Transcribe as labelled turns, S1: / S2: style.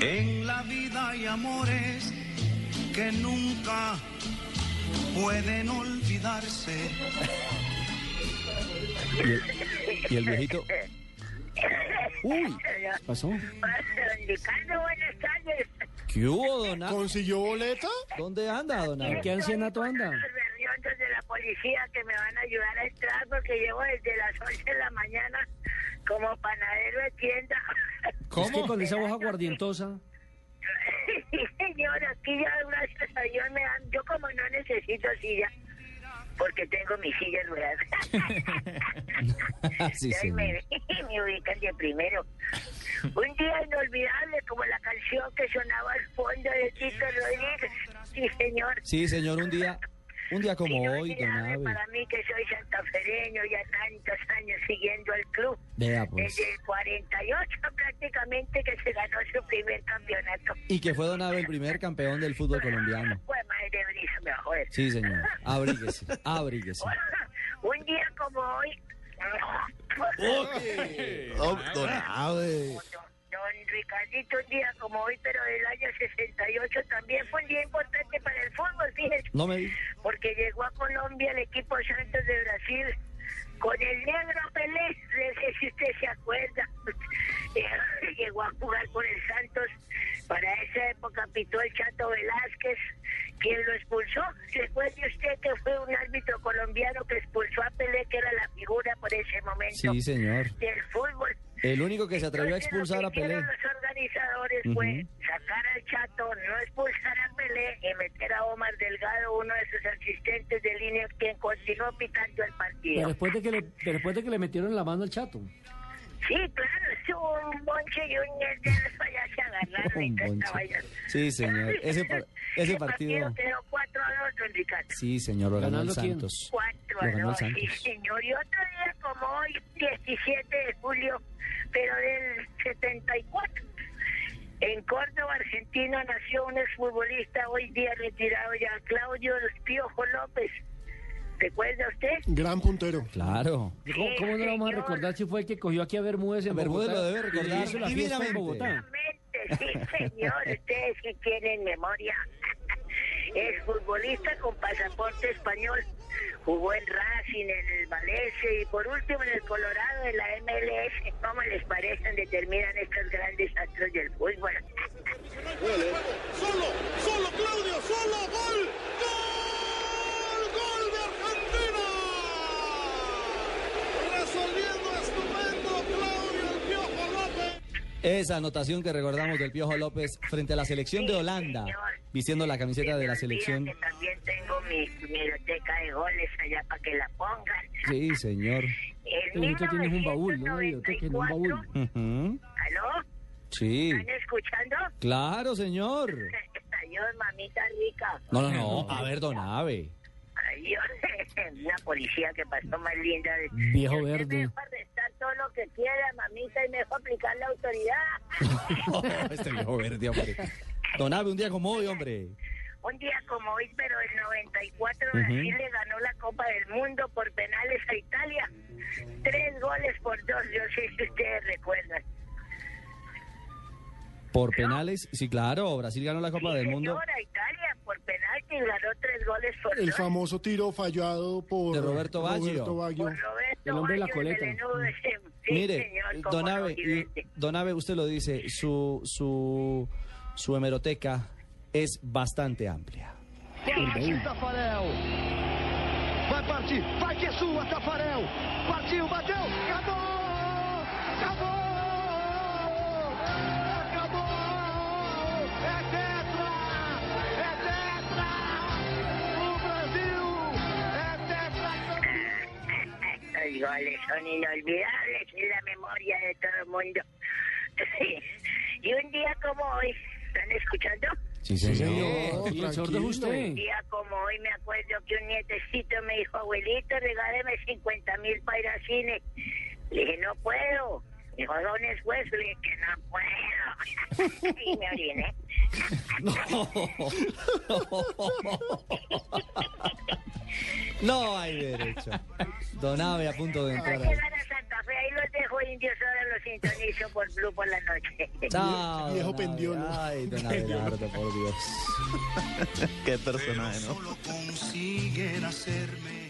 S1: En la vida hay amores que nunca pueden olvidarse.
S2: ¿Y el, y el viejito? Uy, ¿qué pasó?
S3: Ricardo, buenas tardes.
S2: ¿Qué hubo, don A-
S4: ¿Consiguió boleta?
S2: ¿Dónde anda, don A-
S4: ¿En qué ancianato anda?
S3: Los berriondos de la policía que me van a ayudar a entrar porque llevo desde las 11 de la mañana como panadero de tienda.
S4: ¿Cómo? Es que con esa voz aguardientosa.
S3: Sí, señor, aquí ya gracias a Dios me dan. Yo, como no necesito silla, porque tengo mi silla en ruedas.
S2: sí,
S3: Ahí
S2: señor.
S3: me, me ubican de primero. Un día inolvidable, como la canción que sonaba al fondo de Tito Rodríguez. Sí, señor.
S2: Sí, señor, un día, un día como hoy, don
S3: Inolvidable
S2: Abe.
S3: Para mí, que soy santafereño, ya tantos años siguiendo al club.
S2: Vea, pues.
S3: Desde el 48 prácticamente que se ganó su primer campeonato.
S2: Y que fue don Abe el primer campeón del fútbol colombiano.
S3: Pues madre de brisa, me va a joder.
S2: Sí, señor. Abríguese, abríguese.
S3: Un día como hoy.
S5: Oh, don Abe.
S3: Don Ricardito, un día como hoy, pero del año 68 también fue un día importante para el fútbol, fíjense,
S2: No me di-
S3: porque llegó a Colombia el equipo Santos de Brasil con el negro Pelé, no sé si usted se acuerda, llegó a jugar con el Santos, para esa época pitó el Chato Velázquez, quien lo expulsó, recuerde usted que fue un árbitro colombiano que expulsó a Pelé, que era la figura por ese momento
S2: Sí, señor.
S3: del fútbol.
S2: El único que se atrevió a
S3: Entonces,
S2: expulsar
S3: lo
S2: a
S3: que
S2: Pelé.
S3: hicieron Los organizadores fue sacar al chato, no expulsar a Pelé y meter a Omar Delgado, uno de sus asistentes de línea, quien continuó pitando el
S4: Pero
S3: partido.
S4: después de que le, pero después de que le metieron la mano al chato.
S3: Sí, claro, estuvo un bonche y un ñez de los allá se agarraron y
S2: Un
S3: toda esta
S2: bonche.
S3: vaina.
S2: Sí, señor. Ese par- ese
S3: El
S2: partido-
S3: quedó 4 a 2, don Ricardo.
S2: Sí, señor, lo ganó el
S4: ¿Ganando quién?
S2: Santos.
S3: 4
S2: Lo ganó
S3: a
S2: el
S3: 2, sí,
S2: Santos.
S3: señor. Y otro día como hoy, 17 de julio, pero del 74. En Córdoba, Argentina, nació un exfutbolista hoy día retirado ya, Claudio El Piojo López. ¿Recuerda usted?
S4: Gran puntero.
S2: Claro.
S4: ¿Cómo, cómo no lo vamos a recordar si fue el que cogió aquí a Bermúdez en
S2: Bermúdez
S4: Bogotá?
S2: lo debe recordar
S4: y le hizo la fiesta en
S2: divinamente.
S4: Bogotá.
S3: Exactamente, sí, señor. Ustedes sí tienen memoria. Es futbolista con pasaporte español. Jugó en Racing, en el Valencia y por último en el Colorado, en la MLS. ¿Cómo les parece donde terminan estos grandes astros del fútbol?
S6: Solo, solo Claudio, solo gol. Gol, gol de Argentina. Resolviendo estupendo Claudio el Piojo López.
S2: Esa anotación que recordamos del Piojo López frente a la selección de Holanda, vistiendo la camiseta de la
S3: Se me olvida
S2: selección.
S3: Que también tengo mi mi biblioteca de goles allá para que la pongan.
S2: Sí, señor.
S3: En
S4: Pero tú tienes un baúl, ¿no? Biblioteca en un baúl.
S3: 1994,
S2: Ujú.
S3: ¿Aló?
S2: Sí.
S3: ¿Están escuchando?
S2: Claro, señor.
S3: Adiós, mamita rica.
S2: No, no, no. A ver, don Abe.
S3: Adiós. Una policía que pasó más linda. de-
S4: Viejo
S3: Usted
S4: verde.
S3: Me dejó arrestar todo lo que quiera, mamita, y me dejó aplicar la autoridad.
S2: este viejo verde, hombre. Don Abe, un día como hoy, hombre.
S3: Un día como hoy, pero el 94, Brasil le ganó la Copa del Mundo por penales a Italia. Tres goles por dos, yo sé si ustedes recuerdan.
S2: Por penales, sí, claro. Brasil ganó la Copa
S3: Sí,
S2: del Mundo
S3: señora, Italia por penalti ganó tres goles por
S4: El
S3: dos.
S4: famoso tiro fallado por
S2: De Roberto Baggio.
S4: Roberto Baggio.
S3: Por Roberto
S4: El hombre de la
S3: Baggio,
S4: coleta.
S3: Belenudo, ese- sí,
S2: Mire,
S3: señor, cómo
S2: don
S3: no,
S2: Abe,
S3: Gilberto.
S2: don Abe, usted lo dice, su, su, su hemeroteca es bastante amplia.
S7: Partiu Tafarel. Vai partir. Vai que é sua, Tafarel. Partiu, bateu. Acabou! Acabou! Acabou! É tetra! É tetra! O Brasil é tetra!
S3: Los goles son inolvidables en la memoria de todo el mundo. y un día como hoy, ¿están escuchando?
S2: Sí,
S4: Oh, y el sordo es usted.
S3: Un día como hoy me acuerdo que un nietecito me dijo, abuelito, regáleme 50 mil para ir al cine. Le dije, no puedo. Me dijo, don es hueso. Le dije, que no puedo. y me oriné.
S2: No hay derecho. Don Abe a punto de
S3: Para
S2: entrar. ahí.
S3: llegar a Santa Fe, ahí los dejo indios ahora los sintonizo por Blue por la noche.
S2: Chao.
S4: Viejo
S2: don
S4: pendiolo.
S2: Abe- Ay, don Abelardo, por Dios.
S5: Qué personaje, ¿no?
S1: solo consiguen hacerme